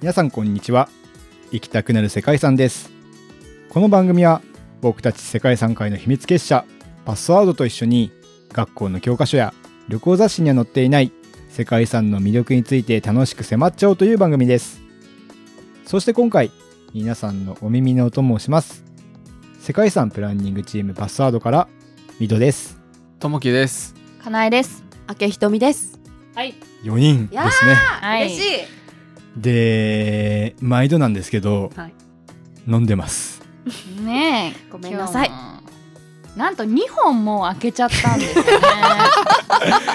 皆さんこんにちは行きたくなる世界遺産ですこの番組は僕たち世界遺産界の秘密結社パスワードと一緒に学校の教科書や旅行雑誌には載っていない世界遺産の魅力について楽しく迫っちゃおうという番組ですそして今回皆さんのお耳のお供をします世界遺産プランニングチームパスワードからミドですともきです。かなえです。明けひとみです。はい。 4人でやーすねはい嬉しい。で毎度なんですけど、はい飲んでますねえ、ごめんなさい今日も。なんと二本もう開けちゃったんです よね。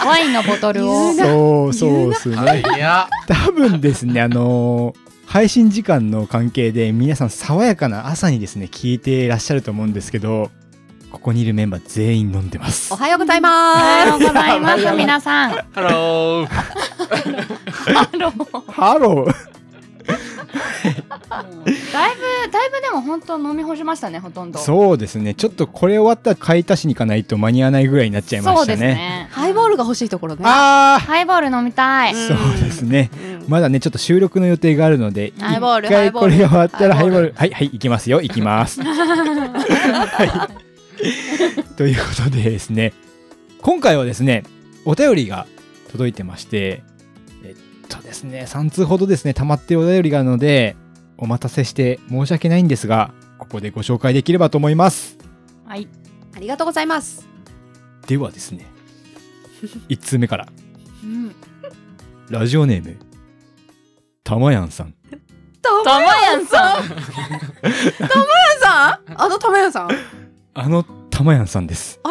ワインのボトルを。そうそうですねいや、多分ですねあのー配信時間の関係で皆さん爽やかな朝にですね聞いていらっしゃると思うんですけどここにいるメンバー全員飲んでます おはようございおはよまうございます、皆さん。ハハロー。ローハローだいぶ、だいぶでも本当飲み干しましたね、ほとんど。そうですねちょっとこれ終わったら買い足しに行かないと間に合わないぐらいになっちゃいまそしうたでねすねす。。ハイボールが欲しいところね。あハイボール飲みたい。うーんそうですねうんまだねちょっと収録の予定があるので一ハイボールハ回イボーこルれが終わったらハハイイボボーールはいはい行きますよ行きます はい ということでですね今回はですねお便りが届いてましてえっとですね3通ほどですね溜まってるお便りがあるのでお待たせして申し訳ないんですがここでご紹介できればと思いますはい。ありがとうございます。ではです ね1通目からうんラジオネームたまやんさんとたまやんさん。さん、あの玉屋さん。あのたまやんさんですう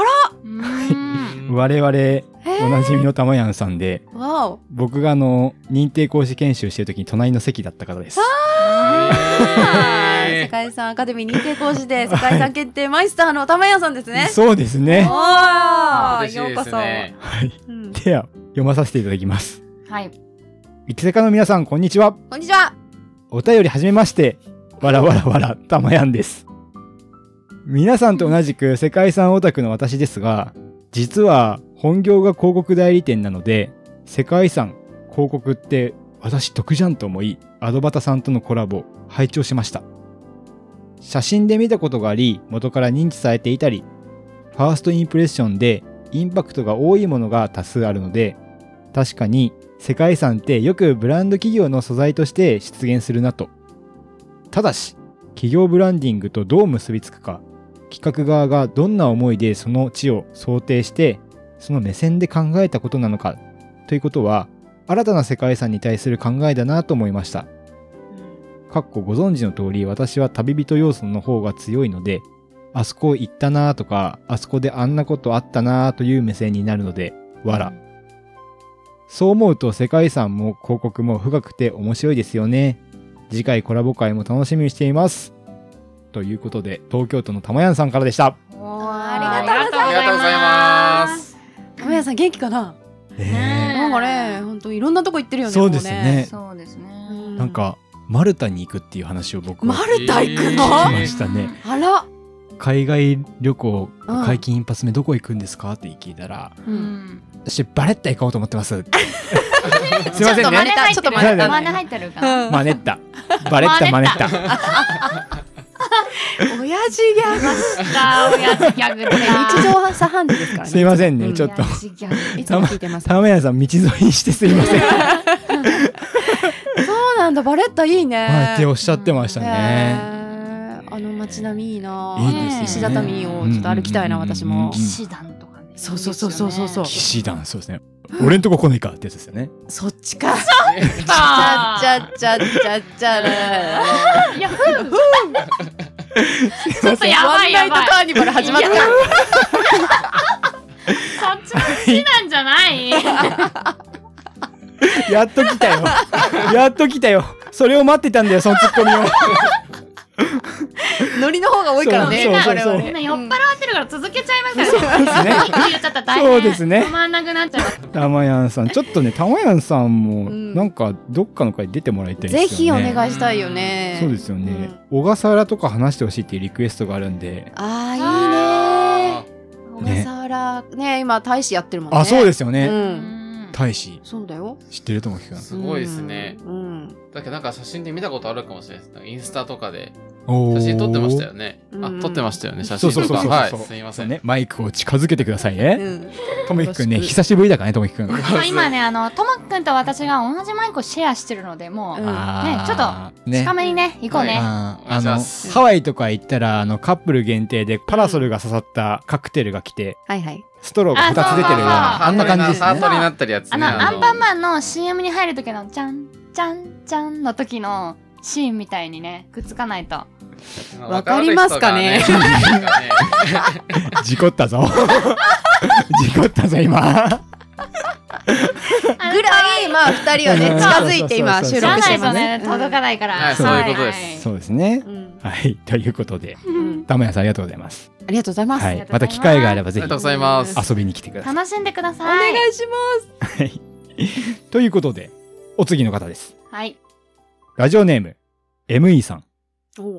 ーん我々えおなじみのたまやんさんで、わお。僕があの認定講師研修してる時に隣の席だった方です。え世界遺産アカデミー認定講師で世界遺産検定マイスターの玉屋さんですね。そうですおね。ー嬉しいですね。はい。うんでは読まさせていただきます。はい。いきせかの皆さんこんにちは。こんにちは。お便りはじめまして。わらわらわらたまやんです。皆さんと同じく世界遺産オタクの私ですが、実は本業が広告代理店なので、世界遺産広告って私得じゃんと思い、アドバタさんとのコラボ、拝聴しました。写真で見たことがあり、元から認知されていたり、ファーストインプレッションでインパクトが多いものが多数あるので、確かに世界遺産ってよくブランド企業の素材として出現するなと。ただし、企業ブランディングとどう結びつくか、企画側がどんな思いでその地を想定して、その目線で考えたことなのか、ということは、新たな世界遺産に対する考えだなと思いました。かっこご存知の通り、私は旅人要素の方が強いので、あそこ行ったなとか、あそこであんなことあったなという目線になるので、わら。そう思うと世界遺産も広告も深くて面白いですよね。次回コラボ会も楽しみにしています。ということで、東京都の玉やんさんからでした。ありがとうございますありがとうございます。玉屋さん元気かな。ねなんかね、本当いろんなとこ行ってるよね。そうですねもえそうですね。うんなんか、マルタに行くっていう話を僕うね。はマルタ行くの。聞きましたね。あら。海外旅行解禁一発目どこ行くんですかって聞いたら、う。うん私バレッタ行こうと思って ます。すいちょまっせんと真似ね。た、ちょっと真似た真似入ってるかな。うんマネッタ。バレッタママネネッッタタ。親父ギャグ。あー親父ギャグだ。日常茶飯事ですからね。すいませんうね、んちょっと親。父ギャグ。いつも聞いてます。そ玉屋さん道沿いにしてすいません。うなんだ、バレッタいいね。はい、っておっしゃってましたへね。ーあの街並みいいな。いいですよね石畳をちょっと歩きたいな、うんうんうんうん私も騎。士団とかね。そうそうそうそうそうそう騎士団、そうですね。俺んとこ来ないかってやつですよね。そっちか。ちちゃっちゃっちゃっちゃっちゃね。いや、ちょっとやばいワやンナばイいトカ。ーニバル始まった。いやそっちの好きなんじゃない。やっと来たよ。やっと来たよ。それを待ってたんだよ、そのツッコミを。ノリの方が多いからね。そうそうそう我そう々みんな酔っ払ってるから続けちゃいますそうかですねら。。一気に言っちゃったら大変。そうですね止まんなくなっちゃう。たまやんさん、ちょっとね、たまやんさんも、うんなんか、どっかの回出てもらいたいですよね。ぜひお願いしたいよね。そうですよね。小笠原とか話してほしいっていうリクエストがあるんで。ああ、いいね。ね小笠原ね今大使やってるもんね。。あ、そうですすよう。ね。うんん大使そうだよ。知ってるともきくん。すごいですね。うん。だけどなんか写真で見たことあるかもしれないです。なんかインスタとかでおー写真撮ってましたよね。うんあ、撮ってましたよね、写そう真そうとそうそう。か。はい、そうすいませ。そうんね、マイクを近づけてくださいね。うん。ともきくんね、よろしく久しぶりだからね、ともきくん。そう今ね、あの、ともっくんと私が同じマイクをシェアしてるので、もう、うんあーねちょと近めにね、行こうね。あーあお願いしまの、すハワイとか行ったら、あの、カップル限定でパラソルが刺さったカクテルが来て、はいはい。ストローが2つ出てるような、あハんートなにな感じですハーね。トになってるやつね。あの、アンパンン。マンの CM に入る時の、じゃん、じゃん、じゃんの時のシーンみたいにね、くっつかないと。わかりますかねわかる 人がね事故った ぞ。事故ったぞ、今。ぐらい、まあ、二人はね、近づいて今、収じゃ録しなていとますねね、。届かないから。はいそういうことですはいそうですねう。ん。はい、ということで、うん。玉屋さんありがとうございます。ありがとうございます。はありがい、とうまございますた機会があればあぜりがとうごひざいます。遊びに来てください。楽しんでくだおさい。願いします。はい。ということで、お次の方です。はい。ラジオネーム、ME さん。お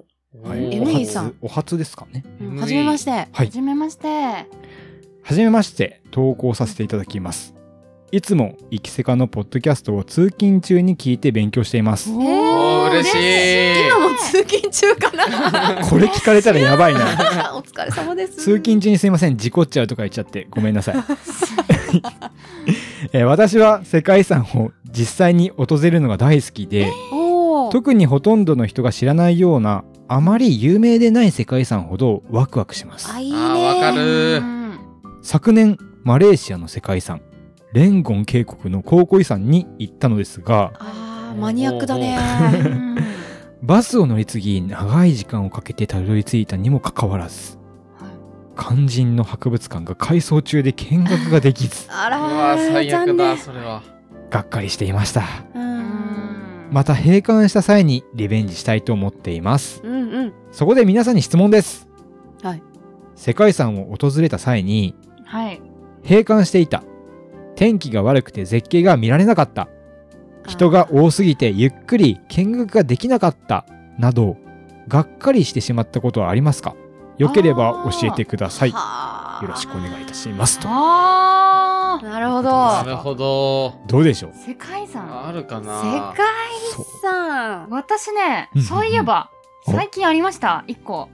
はいおー ME さん。お初お初ですかね。うんはじめまして。はいはじめまして。はじめまして、投稿させていただきます。いつも、イキセカのポッドキャストを通勤中に聞いて勉強しています。えおー嬉しい。今も通勤中かな これ聞かれたらやばいな。お疲れ様です。通勤中にすいません、事故っちゃうとか言っちゃって、ごめんなさ い。えー私は世界遺産を実際に訪れるのが大好きで、おー。特にほとんどの人が知らないような、あまり有名でない世界遺産ほどワクワクします。あ、いいね。あーわかるうん昨年、マレーシアの世界遺産、レンゴン渓谷の考古遺産に行ったのですが、あーマニアックだね。、うんバスを乗り継ぎ、長い時間をかけてたどり着いたにもかかわらず、肝心の博物館が改装中で見学ができずあらうわー、最悪残だ、念。それは。がっかりしていました。うう。んんまた閉館した際にリベンジしたいと思っています。うんうん。そこで皆さんに質問です。はい。世界遺産を訪れた際に、はい。閉館していた天気が悪くて絶景が見られなかった人が多すぎてゆっくり見学ができなかったなどがっかりしてしまったことはありますかよければ教えてくださいよはーろしくお願いいたしますとあーなるほど。なあるほど。どうでしょう世界遺産あるかな。世界そう遺産。私ねうん、そういえば、うん最近ありました、一個。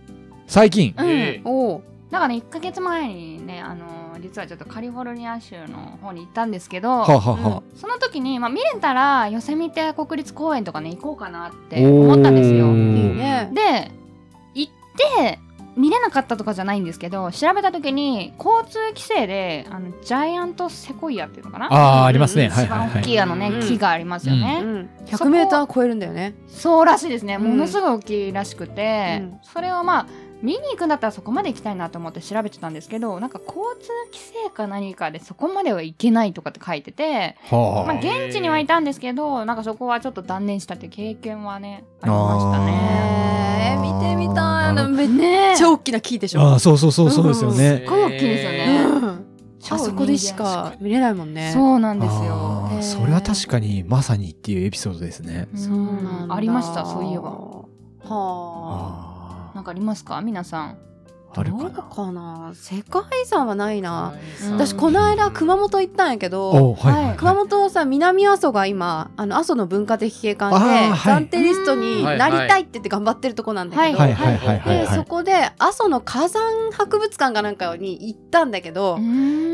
最近うんええおーなんかね、1ヶ月前にね、あのー実はちょっとカリフォルニア州の方に行ったんですけど、はあ、はあはその時に、まあ、見れたら、ヨセミテ国立公園とかね、行こうかなって思ったんですおよ。ーいいね。で、行って、見れなかったとかじゃないんですけど、調べた時に、交通規制で、あの、ジャイアントセコイアっていうのかなあ、ああーありますねはいはい一番は大きいいあのね、うん木がありますよね、うん。そ100こメーター超えるんだよね。そうらしいですねうんものすごい大きいらしくて、うんそれをまあ見に行くんだったらそこまで行きたいなと思って調べてたんですけどなんか交通規制か何かでそこまでは行けないとかって書いてて、まあ、はげ現地にはいたんですけどなんかそこはちょっと断念したっていう経験はねありましたね。えー、見てみたいなるな。ほめっねえちゃ大きな木でしああょ。ーそうそうそうそうですよねっごい大きいですようねん。あそこでしか見れないもんね。そうなんですあよ。ーそれは確かにまさにっていうエピソードですねそうなんだ。ありましたそういえば。はあ。あなんかありますか皆さん。ああるかどなうかな。世界遺産はないな。うん私この間熊本行ったんやけど。おはいはい、はい、熊本はさ南阿蘇が今あの阿蘇の文化的景観で、あーはい暫定リストになりたいって言って頑張ってるとこなんだけど、ははいいはいはいはいではいそこで阿蘇の火山博物館かなんかに行ったんだけど、行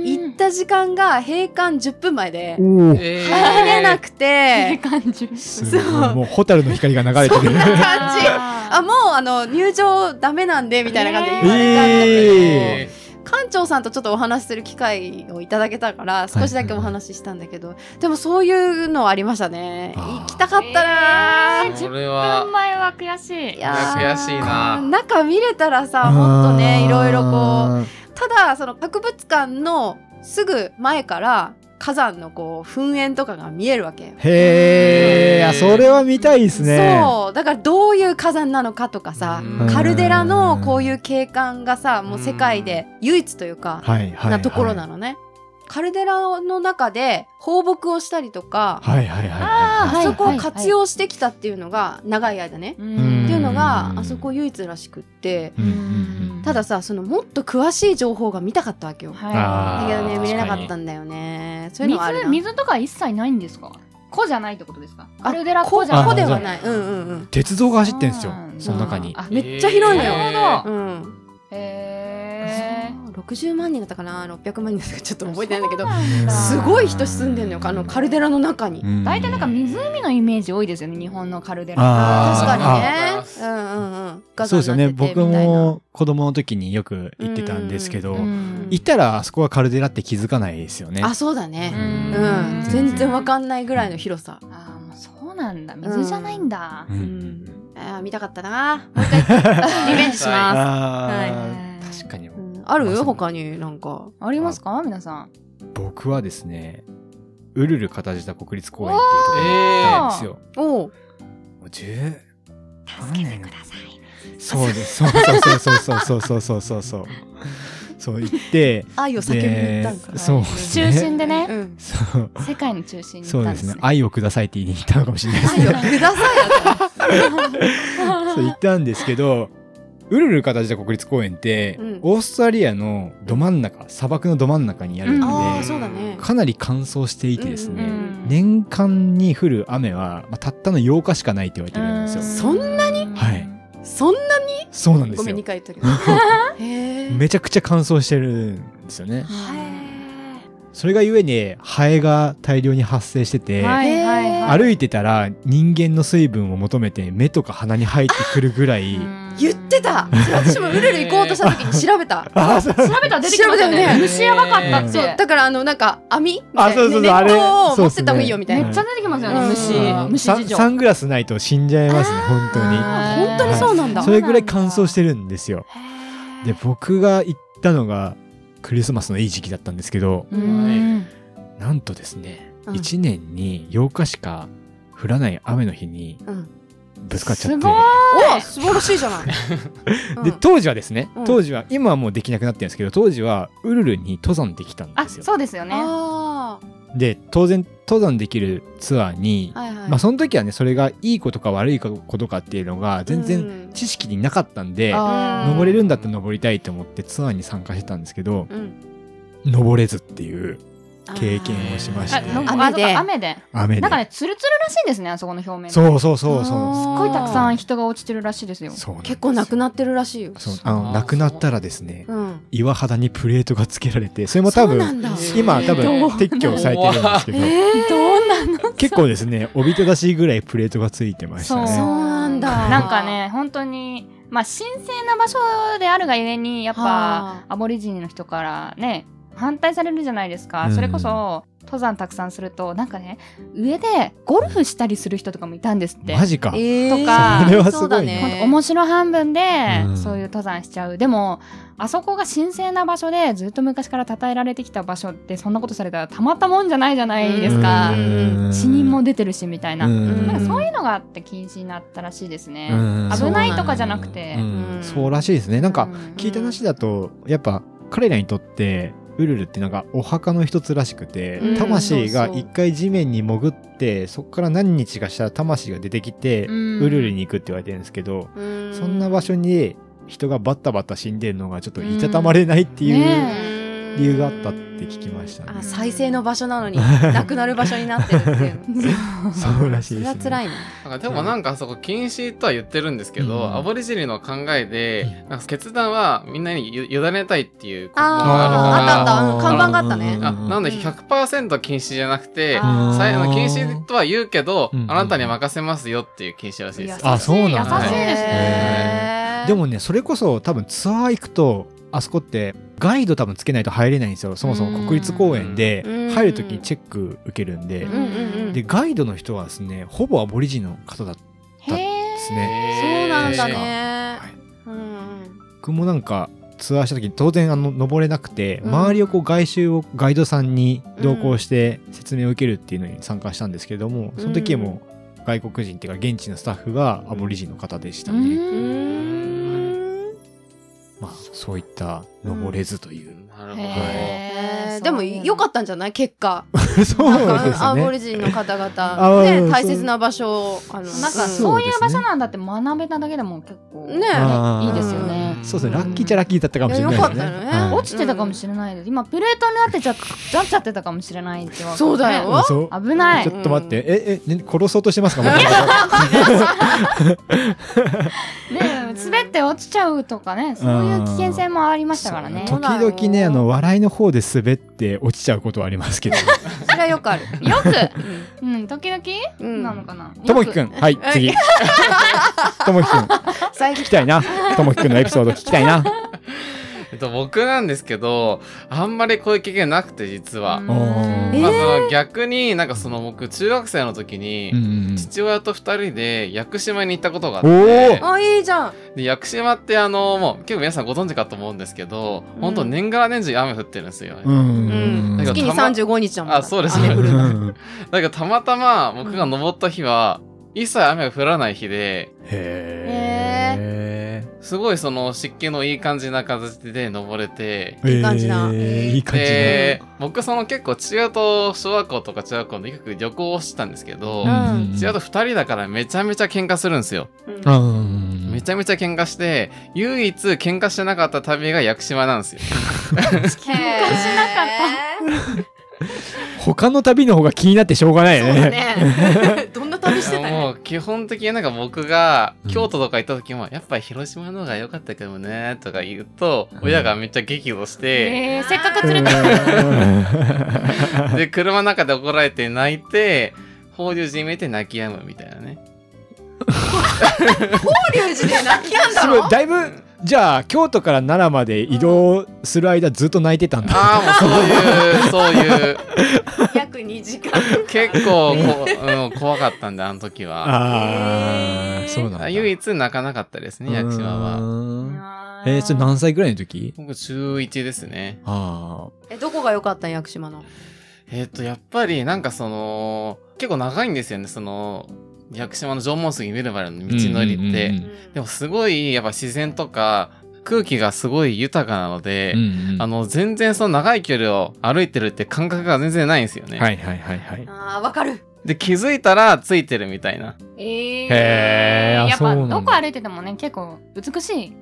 行った時間が閉館10分前でおーええ入れなくってて、感じ。す そうごいもう蛍の光が流れてるそんな感じあ あもうあの入場ダメなんでみたいな感じで言われたんだけど、ええ館長さんとちょっとお話しする機会をいただけたから少しだけお話ししたんだけど、でもそういうのはありましたねあー行きたかったなー、えーそれ10分は前は悔しい。いやー悔しいな中見れたらさもっとねいろいろこうただその博物館のすぐ前から火山のこう噴煙とかが見えるわけよ。うへえあそれは見たいですねそうだからどういう火山なのかとかさうんカルデラのこういう景観がさもう世界で唯一というかはいはいなところなののね。カルデラの中で放牧をしたりとかはいはいはいあーはあいそこはをい活用してきたっていうのが長い間ねううんんっていうのがうんあそこ唯一らしくってうんうんうんたださそのもっと詳しい情報が見たかったわけよあはーだけど確ねかに見れなかったんだよねいそういうのはある水な水とか一切ないんですか子じゃないってことですかあカルデラこ子じゃなこいではあないうんうん鉄道が走ってんですようなんだその中にあめっちゃ広いのよなるうほどんうんへー60万人だったかな600万人だったかちょっと覚えてないんだけどそうなんだすごい人住んでんのよあのカルデラの中に、うん大体なんか湖のイメージ多いですよね日本のカルデラあー確かにありねがとうごうざんうんうんガそうザですよになねっててみ僕たいなも子供の時によく行ってたんですけど、う行んいたらあそこはカルデラって気づかないですよねあそうだねんううん全然わかんないぐらいの広さあーもうそうなんだ水じゃないんだう、んあー見たかったなもう一回リベンジしますあーはい確かにうんあまるさに他になんかありますか皆さん僕はですねウルル片舌国立公園っていうところに行ったんですよ、おうもう10助けてくださいそうですそうそうそうそうそうそうそうそうそうそう行って愛を叫びに行ったんかでそうです中ね心でね、うんそう世界の中心にそいうたんでですすねね愛をくださいって言いに行ったのかもしれないですね愛をくださいそう行ったんですけどウルル片舌国立公園って、うんオーストラリアのど真ん中砂漠のど真ん中にあるんで、うんああそうだねかなり乾燥していてですね、うん年間に降る雨は、まあ、たったの8日しかないって言われてるんですよ、そんなにはいそんなそうなんでごすめんよ2回言ったけどへえめちゃくちゃ乾燥してるんですよねはそれがゆえにハエが大量に発生してて、はいはいはい歩いてたら人間の水分を求めて目とか鼻に入ってくるぐらいい言ってたそれ私もウルル行こうとした時に調べ たあそう調べたら出てきましたよ調べたよねね虫やばかったってそうだからあのなんか網みたいあそうそうそうなあれ熱湯そをう持っっすてねった方がいいよみたいめなっちゃ出てきますようねん虫虫サ事ン情サングラスないと死んじゃいますね本当にあ本当にそうなんだそれぐらい乾燥してるんですよで僕が行ったのがクリスマスのいい時期だったんですけどうんなんとですね、うん1年に8日しか降らない雨の日にうんぶつかっちゃっすて、ごいお素晴らしいじゃない でうん当時はですね、うん当時は今はもうできなくなってるんですけど当時はウルルに登山できたんあですよそうですよねあで当然登山できるツアーに、あはいはいまあその時はねそれがいいことか悪いことかっていうのが全然然知識になかったんで、あー登れるんだったら登りたいと思ってツアーに参加してたんですけどうん登れずっていう経験をしましあてなんか雨であそうか雨で雨でなんかねツルツルらしいんですねあそこの表面すそうそうそうそうごいたくさあん人が落ちてるらしいですよそうなんですよ結構なくなってるらしいよそうあのなくなったらですねうん岩肌にプレートがつけられてそれも多そうな分んだ今多分どう撤去されてるんですけえどーどうなの結構ですねおびただしいぐらいプレートがついてましたそうねそうなんだなんかね本当にまあ神聖な場所であるがゆえにやっぱはあアボリジニの人からね反対されるじゃないですか、うんそれこそ登山たくさんするとなんかね上でゴルフしたりする人とかもいたんですって、マジかえとかそれはすごいなそうだほんねと面白半分で、うんそういう登山しちゃうでもあそこが神聖な場所でずっと昔から称えられてきた場所ってそんなことされたらたまったもんじゃないじゃないですか、うん死人も出てるしみたいな、うんなんかそういうのがあって禁止になったらしいですね、うん危ないとかじゃなくてう、うんんそうらしいですねなんかうん聞いた話だとやっぱ彼らにとってウルルってなんかお墓の一つらしくて、うん魂がそうそう一回地面に潜ってそこから何日かしたら魂が出てきて、うんウルルに行くって言われてるんですけど、うんそんな場所に人がバッタバッタ死んでるのがちょっといたたまれないっていう、うんね理由があったって聞きましたねあ再生の場所な のになくなる場所になってるっていうのそうらしいそでれす、はね、辛いななんかでもなんかそこ禁止とは言ってるんですけど、うんアボリジニの考えで、なんか決断はみんなにゆ委ねたいっていうことあーあがあるったかあったうん看板があったねうら、んあなんで100%禁止じゃなくて、あーさいあの禁止とは言うけど、うんあなたに任せますよっていう禁止らしいです。あそうなんだ優しいですね。へーでもねそれこそ多分ツアー行くとあそこってガイド多分つけないと入れないんですよそもそも国立公園でうん入る時にチェック受けるんで、うんうんうんでガイドの人はですねほぼアボリジンの方だったんですね。そうなんだへねはいうんうん僕もなんかツアーした時に当然あの登れなくて、うん周りをこう外周をガイドさんに同行して説明を受けるっていうのに参加したんですけれども、その時も外国人っていうか現地のスタッフがアボリジンの方でしたね、うーんまあそういった登れずという。なるほどね。へえーでも良かっったんじゃない結果。そうなんでかすアボリね。ジンの方あ々、そうね、大切な場所を、あの、なんかうそういうそうで場すね所なんだって学べただけでも結構ねあーいいですよね。そうですね、ラッキーっちゃラッキーだったかもしれないですね。いやよかったねはいうん落ちてたかもしれないです。今プレートになってちゃなっちゃってたかもしれないってわけねそうだようんそう危ないちょっと待って、え、え、ね殺そうとしてますかもうね滑って落ちちゃうとかねそういう危険性もありましたからね。時々ね、あの、笑いの方で滑って落ちちゃうことはありますけど。それはよくある。よく、うん、時々うんなのかな。ともきくん、はい、 次。ともきくん、聞最近きたいな。ともきくんのエピソード聞きたいな。えっと、僕なんですけど、あんまりこういう経験なくて、実は。おーまあ、えその逆になんかその僕、中学生の時に、うん父親と二人で屋久島に行ったことがあっおて、あ、いいじゃん。で屋久島ってあの、もう結構皆さんご存知かと思うんですけど、うん本当年がら年中雨降ってるんですよね。うん。うん。なんか月に35日だもん。あそうです雨降るの。なんかたまたま僕が登った日は、一切雨が降らない日で、へすごいその湿気のいい感じな形で登れて、え。いい感じなえーいい感じな。で、僕その結構中学と小学校とか中学校のよく旅行をしてたんですけど、うん父親と二人だからめちゃめちゃ喧嘩するんですよ。うんめちゃめちゃ喧嘩して、唯一喧嘩してなかった旅が屋久島なんですよ。喧嘩しなかっ他の旅の方が気になってしょうがないよた。ね。ね。どんな旅してたもね。う基本的になんか僕がうん京都とか行った時も、やっぱ広島の方が良かったけどね、とか言うと、親がめっちゃ激怒して、えーせっかくうん連れて で、車の中で怒られて泣いて、法隆寺に見えて泣き止むみたいなね。法隆寺で泣きやんだすごろい。だいぶじゃあ京都から奈良まで移動する間ずっと泣いてたんだ。ああ、も うそういう、そういう、約2時間。結構こ、うん、怖かったんで、あの時は。ああへーそうなんだ。唯一泣かなかったですね、屋久島は。は。た。えー、それ何歳ぐらいの時？僕、中1ですね。ああ。え、どこが良かったん屋久島の。えっ、と、やっぱり、なんかその、結構長いんですよね、その、屋久島の縄文杉見るまでの道のりって。うんうんでも、すごい、やっぱ自然とか、空気がすごい豊かなので、うんうんあの、全然その長い距離を歩いてるって感覚が全然ないんですよね。はいはいはいはい。あー、わかる。で、気づいたらついてるみたいな。へえーあー、やっそうなぱんだどこ歩いててもね結構美しい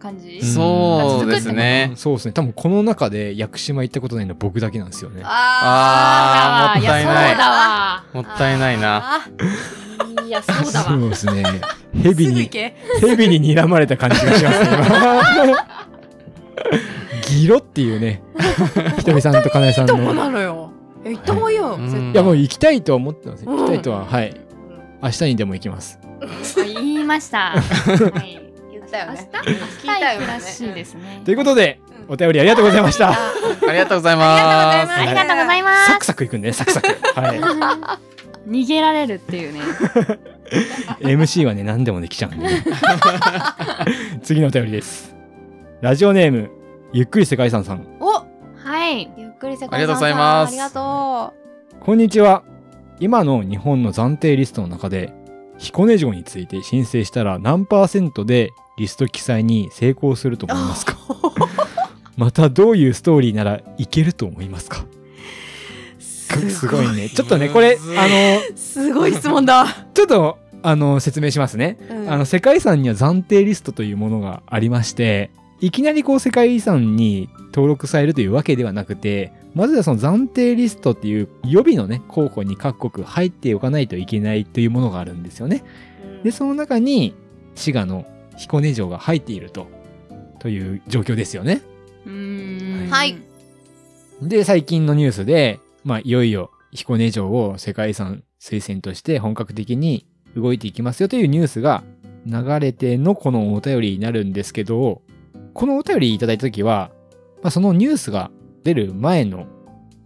感じん。そうですね。そうですね。多分この中で屋久島行ったことないの僕だけなんですよね。ああーもったいないやそうだわ。もったいないな。あー。い や、そうだそわ。うですね。蛇すにぐ行け。蛇に睨まれた感じがしますね。今ギロっていうね。ひとみさんとかなえさんどこの。なのよ。え、行った方がいいよ。うん絶いやもう行きたいとは思ってます。行きたいとうんは、はい。明日にでも行きます。言い ました。はい。対言ったよね。明日聞いたよ行ねくらしいですね。ということで、うんお便りありがとうございました。あありがとうございあまりがとうございますす。ありがとうございますサ。クサク行くんでね、サクサク。は 逃げられるっていうね。い。MC はね、何でもできちゃうんでね。 次のお便りです。ラジオネーム、ゆっくり世界遺産さん。お、はい。ゆっくり世界ありがとうございますありがとこんにちは。今の日本の暫定リストの中で、彦根城について申請したら何パーセントでリスト記載に成功すると思いますかまたどういうストーリーならいけると思いますかう。すごいね。ちょっとね、これ、あむずいの、すごい質問だ。ちょっと、あの、説明しますね。うんあの、世界遺産には暫定リストというものがありまして、いきなりこう世界遺産に登録されるというわけではなくて、まずはその暫定リストっていう予備のね、候補に各国入っておかないといけないというものがあるんですよね。で、その中に滋賀の彦根城が入っていると、という状況ですよね。うーん。はい。で、最近のニュースで、まあ、いよいよ彦根城を世界遺産推薦として本格的に動いていきますよというニュースが流れてのこのお便りになるんですけど、このお便りいただいたときは、まあ、そのニュースが出る前の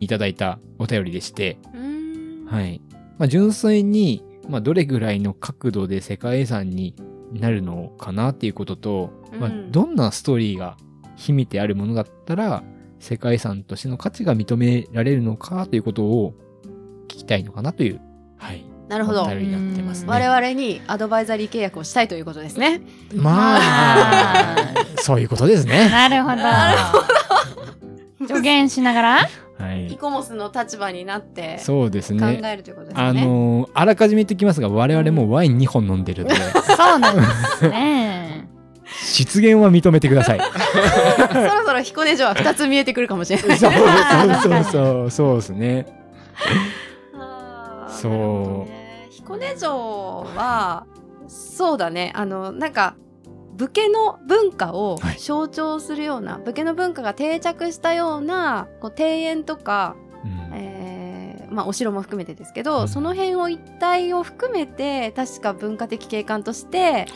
いただいたお便りでして、うんはい。まあ、純粋に、まあ、どれぐらいの角度で世界遺産になるのかなっていうことと、まあう、んどんなストーリーが秘めてあるものだったら、世界遺産としての価値が認められるのかということを聞きたいのかなという、はい、なるほおど便りになってますうんね。我々にアドバイザリー契約をしたいということですね。まあ、そういうことですね。なるほど。 助言しながら。はイい。コモスの立場になって考そうですね。えるということですあよね。のーあらかじめ言ってきますが、我々もうワイン2本飲んでるので、そうなんですね。 失言は認めてください。そろそろ彦根城は2つ見えてくるかもしれな い。そうそうそうそう、そうですね。あーそうなるほどね彦根城はそうだねあのなんか武家の文化をはい象徴するような、武家の文化が定着したようなこう庭園とか、うんえーまあ、お城も含めてですけど、うんその辺を一体を含めて確か文化的景観として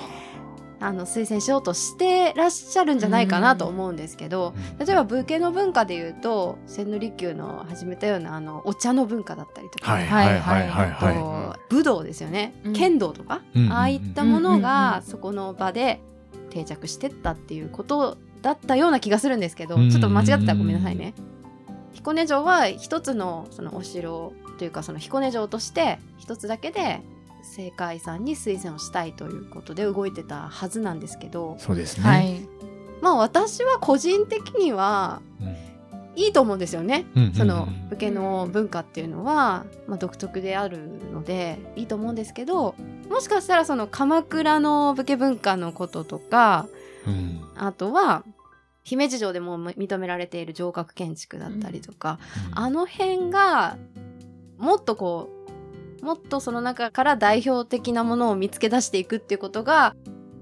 あの推薦しようとしてらっしゃるんじゃないかなと思うんですけど、例えば武家の文化でいうと千利休の始めたようなあのお茶の文化だったりとか、はいはいはいはいえっはと武道ですよね、うん剣道とか、いうん。ああいったものがそこの場で定着してったっていうことだったような気がするんですけど、うんちょっと間違ってたらごめんなさいね。彦根城は一つのそのお城というかその彦根城として一つだけで政界さんに推薦をしたいということで動いてたはずなんですけどそうですね。はい。まあ私は個人的にはうんいいと思うんですよね。うんうんうんその武家の文化っていうのは、まあ、独特であるのでいいと思うんですけどもしかしたらその鎌倉の武家文化のこととかうんあとは姫路城でも認められている城郭建築だったりとか、あの辺がもっとこうもっとその中から代表的なものを見つけ出していくっていうことが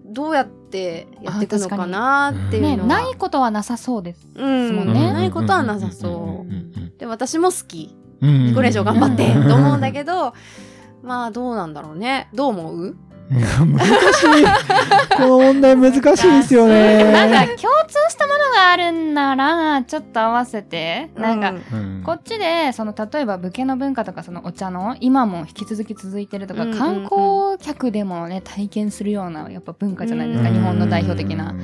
どうやってやっていくのかなっていうね、のは、ないことはなさそうです。うんそうねないことはなさそう。で私も好きうん彦根城頑張ってうんと思うんだけど、まあどうなんだろうね。どう思う難しい。この問題難しいですよなんね。か共通したものがあるんなら、ちょっと合わせて、なんか。、うんこっちでその例えば武家の文化とかそのお茶の今も引き続き続いてるとか、うんうんうん観光客でもね体験するようなやっぱ文化じゃないですか、うん日本の代表的な。うんう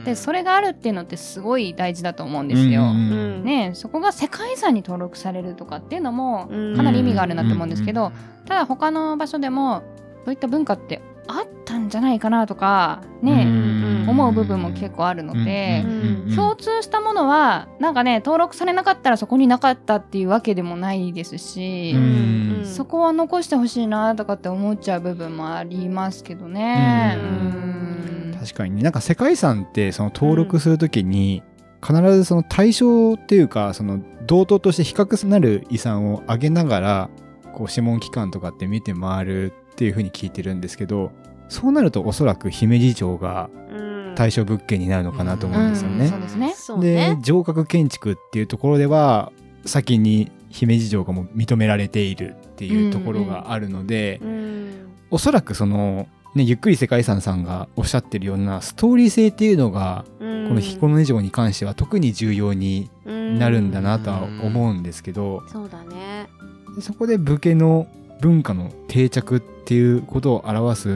んでそれがあるっていうのってすごい大事だと思うんですよ。うんうんねえ、そこが世界遺産に登録されるとかっていうのもうんかなり意味があるなと思うんですけど、うんただ他の場所でもそういった文化ってあったんじゃないかなとかね、うん思う部分も結構あるので、うん共通したものはなんかね登録されなかったらそこになかったっていうわけでもないですし、うんうんそこは残してほしいなとかって思っちゃう部分もありますけどね。うんうん確かにねなんか世界遺産ってその登録するときに必ずその対象っていうかその同等として比較なる遺産を挙げながらこう諮問機関とかって見て回るっていうふうに聞いてるんですけどそうなるとおそらく姫路城がうん対象物件になるのかなと思うんですようんねそう。ですねそうでね。城郭建築っていうところでは先に姫路城がもう認められているっていうところがあるので、うんおそらくその、ね、ゆっくり世界遺産さんがおっしゃってるようなストーリー性っていうのが、うんこの彦根城に関しては特に重要になるんだなとはうん思うんですけど、そうだね。そこで武家の文化の定着っていうことを表す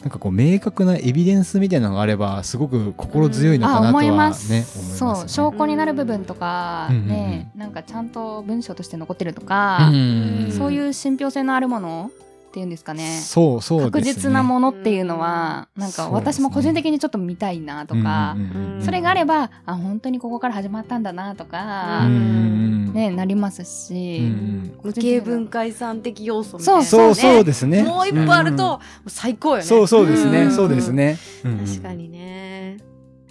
なんかこう明確なエビデンスみたいなのがあればすごく心強いのかあなとは思ね、い思いまますすね。そう証拠になる部分とか、うんねなんかちゃんと文章として残ってるとか、うんそういう信憑性のあるものっていうんですかねそうそう確ですね実なものっていうのは、なんそかうですね私も個人的にちょっと見たいなとか、うんうんうんそれがあればあ本当にここから始まったんだなとうんうか、んねなりますし、うん無形文化遺産的要素みたいなそね。うそうそうですね。もう一歩あると、もう最高よね。そうそうですね、うんそうですね。うん。確か。にね。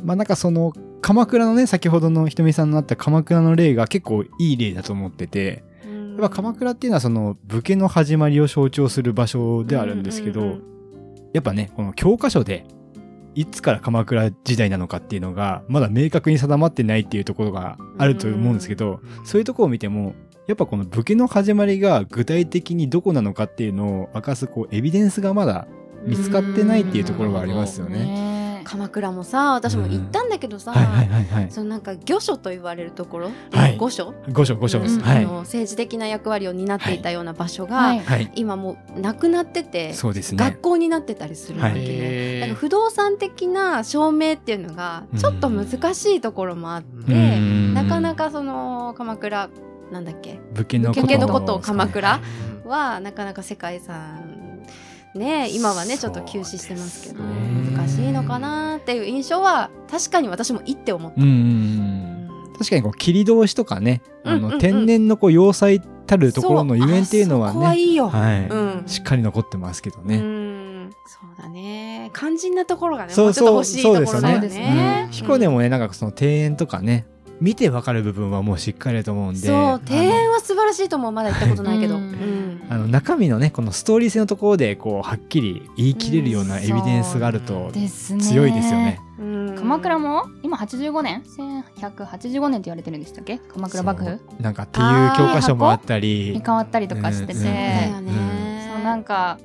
まあなんかその鎌倉のね先ほどのひとみさんのあった鎌倉の例が結構いい例だと思っててうんやっぱ鎌倉っていうのはその武家の始まりを象徴する場所ではあるんですけど、うんうんやっぱねこの教科書でいつから鎌倉時代なのかっていうのがまだ明確に定まってないっていうところがあると思うんですけど、そういうところを見てもやっぱこの武家の始まりが具体的にどこなのかっていうのを明かすこうエビデンスがまだ見つかってないっていうところがありますよね。ね鎌倉もさ、私も行ったんだけどさ、はいはいはいはい。そのなんか御所と言われるところ、はい御所五章五章です。うんはあい。の政治的な役割を担っていたような場所が、はいはい。今もうなくなってて、そうですね学。校になってたりするわけね、へーなんか不動産的な証明っていうのがちょっと難しいところもあって、うんなかなかその鎌倉なんだっけ武家の武家のことを鎌倉はなかなか世界遺産ね今はねちょっと休止してますけどそうですね難しいのかなっていう印象は確かに私もいって思った。うんうんううんん確かにこう切り通しとかね、あうんうんうのん天然のこう要塞たるところのゆえんっていうのはそうあそこはね、いいよ。はい、うんしっかり残ってますけどうね。んそうだね肝心なところがねそうそうもうちょっと欲しいところだそようねですよねうん彦根もね、なんかその庭園とかね、見てわかる部分はもうしっかりだと思うんで、そう庭あの園は素晴らしいと思うまだ行ったことないけど、うんうんあの中身のね、このストーリー性のところでこうはっきり言い切れるようなエビデンスがあるとですね強いですよね。うん鎌倉も今85年1185年って言われてるんでしたっけ鎌倉幕府なんかっていう教科書もあったりに、変わったりとかしてて、うんだねよね、そうなんか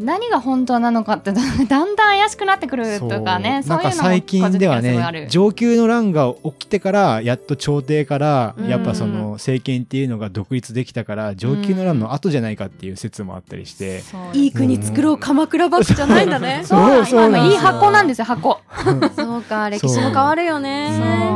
何が本当なのかって だんだん怪しくなってくるとかなねそんういかうのも最近では個人的にすごいあるね上級の乱が起きてからやっと朝廷からうんやっぱその政権っていうのが独立できたから上級の乱の後じゃないかっていう説もあったりして、そういい国作ろう鎌倉幕府じゃないんだねそそうなんそう今なんですよのいい箱なんですよ箱そうか歴史も変わるよね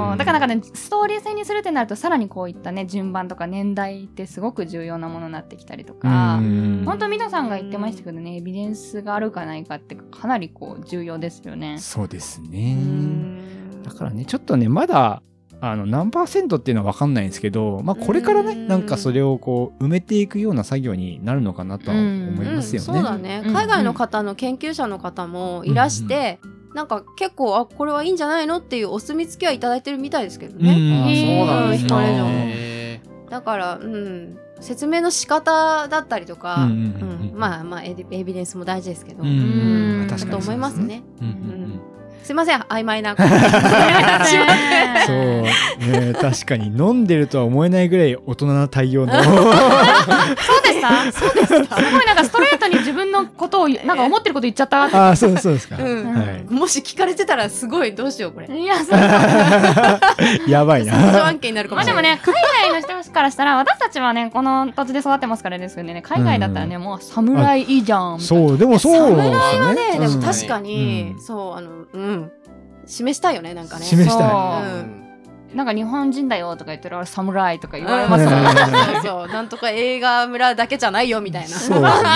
うんだからなんかねストーリー性にするってなるとさらにこういったね順番とか年代ってすごく重要なものになってきたりとかうん本当ミドさんが言ってましたけどねエビデンスがあるかないかってかなりこう重要ですよね。 そうですうね、んだからねちょっとねまだあの何パーセントっていうのは分かんないんですけど、まあ、これからねうんなんかそれをこう埋めていくような作業になるのかなとは思いますよそね。うだね、うん海外の方の研究者の方もいらして、なんか結構あこれはいいんじゃないのっていうお墨付きはいただいてるみたいですけどね、んあーそうなんですうねん引かれるのへだから、うん、説明の仕方だったりとか、ううんうんんうんうんまあまあエビエビデンスも大事ですけど、うんうんうん確かにそうですだと思います。ねうんうんうんすいません曖 昧なしまってそう、ねえ、確かに飲んでるとは思えないぐらい大人な対応のそうでしたそうで したすごいなんかストレートに自分のことをなんか思ってること言っちゃったってああそうそうですか、うんはいもし聞かれてたらすごいどうしようこれ いやそうそうやばい殺人な案件になるかまもあしでれもない、ね海外の人からしたら私たちはねこの土地で育ってますからですよね海外だったらねもう侍いいじゃんみたいなそうでもそうなんですよねでうもん確かに、うんそうあのうん示したいよねなんかね示したいそうーうんなんか日本人だよとか言ってるあれ侍とか言われままあすそもんねうそうそうなんとか映画村だけじゃないよみたいなそうですね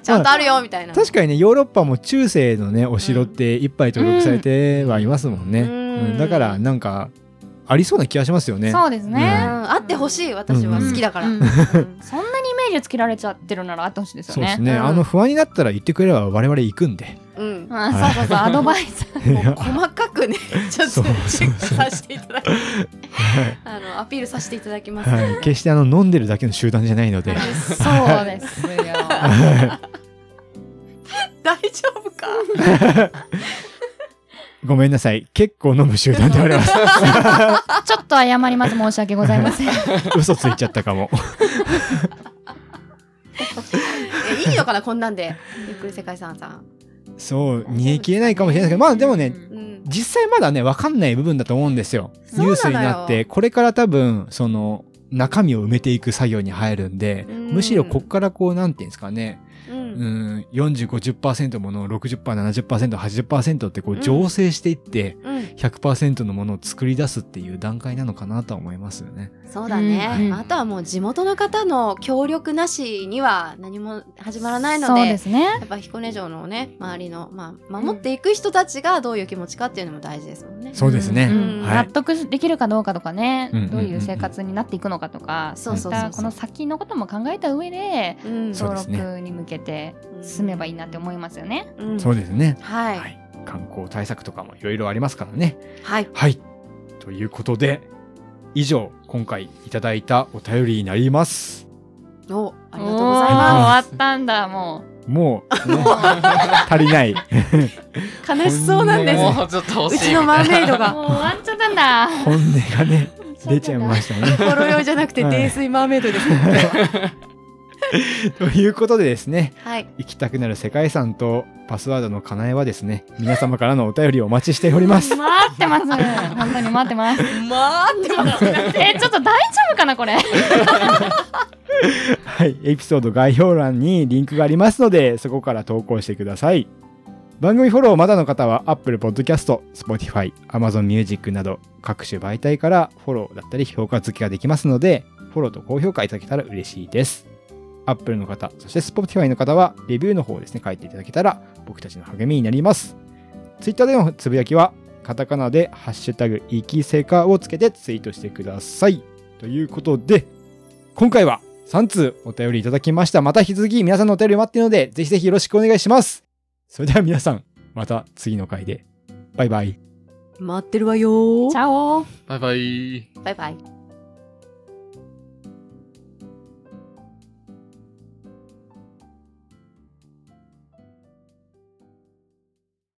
ちゃんとあるよみたいな確かにねヨーロッパも中世のねお城っていっぱい登録されてはいますもんね、うんうんだからなんかありそうな気がしますよね そうですうね、んあってほしい私は好きだから、うんうんそんなにイメージつけられちゃってるならあってほしいですよそうですねね、うんあの不安になったら言ってくれれば我々行くんでうんうんそうそうそうアドバイス 細かくねちょっそとうそうそチうェックさせていただきあのアピールさせていただきます、はい、決してあの飲んでるだけの集団じゃないのでそうですよ大丈夫かごめんなさい結構飲む集団でありますちょっと謝ります申し訳ござい ません嘘ついちゃったかも。えいいのかなこんなんでゆっくり世界遺産さん、 そう、煮え切れないかもしれないですけど、まあでもね、うん、実際まだね、わかんない部分だと思うんですよ。そニうなのよュースになって、これから多分、その、中身を埋めていく作業に入るんで、うん むしろこっからこう、なんていうんですかね、ううんん、40、50%ものを60%、70%、80%ってこう、醸成していって、うん、 100%のものを作り出すっていう段階なのかなとは思いますよね。そうだね、うんあとはもう地元の方の協力なしには何も始まらないのでそうですねやっぱ彦根城のね周りの、まあ、守っていく人たちがどういう気持ちかっていうのも大事ですもんね。そうですね。うんはい納得できるかどうかとかね、うんどういう生活になっていくのかとか、そうそそうういっそたうこそうの先のことも考えた上でうんそう登ですね録に向けて進めばいいなって思いますよね。うんそうですね。はい、はい観光対策とかもいろいろありますからね。はい、はい。ということで、以上、今回いただいたお便りになります。おありがとうございまますおー終わったんだももう、ねー足りない。す。悲しそうなんです。もうちょっと欲うしいちのマーメイドう。が もう終わっちゃったんだ。本音がね、出ちゃいましたね。ほろ酔いじゃなくてはい泥酔マーメイドです。はということでですね、い、行きたくなる世界遺産とパスワードのかなえはですね、皆様からのお便りをお待ちしております。待ってます。本当に待ってます。待ってます。え、ちょっと大丈夫かなこれ。はい、エピソード概要欄にリンクがありますので、そこから投稿してください。番組フォローまだの方は Apple Podcast、Spotify、Amazon Music など各種媒体からフォローだったり評価付けができますので、フォローと高評価いただけたら嬉しいです。 Apple の方、そして Spotify の方は、レビューの方をですね、書いていただけたら、僕たちの励みになります。Twitter でのつぶやきは、カタカナで、ハッシュタグ、生きせかをつけてツイートしてください。ということで、今回は3通お便りいただきました。また引き続き皆さんのお便り待っているので、ぜひぜひよろしくお願いします。それでは皆さん、また次の回で。バイバイ。待ってるわよーチャオバイバイ。バイバイ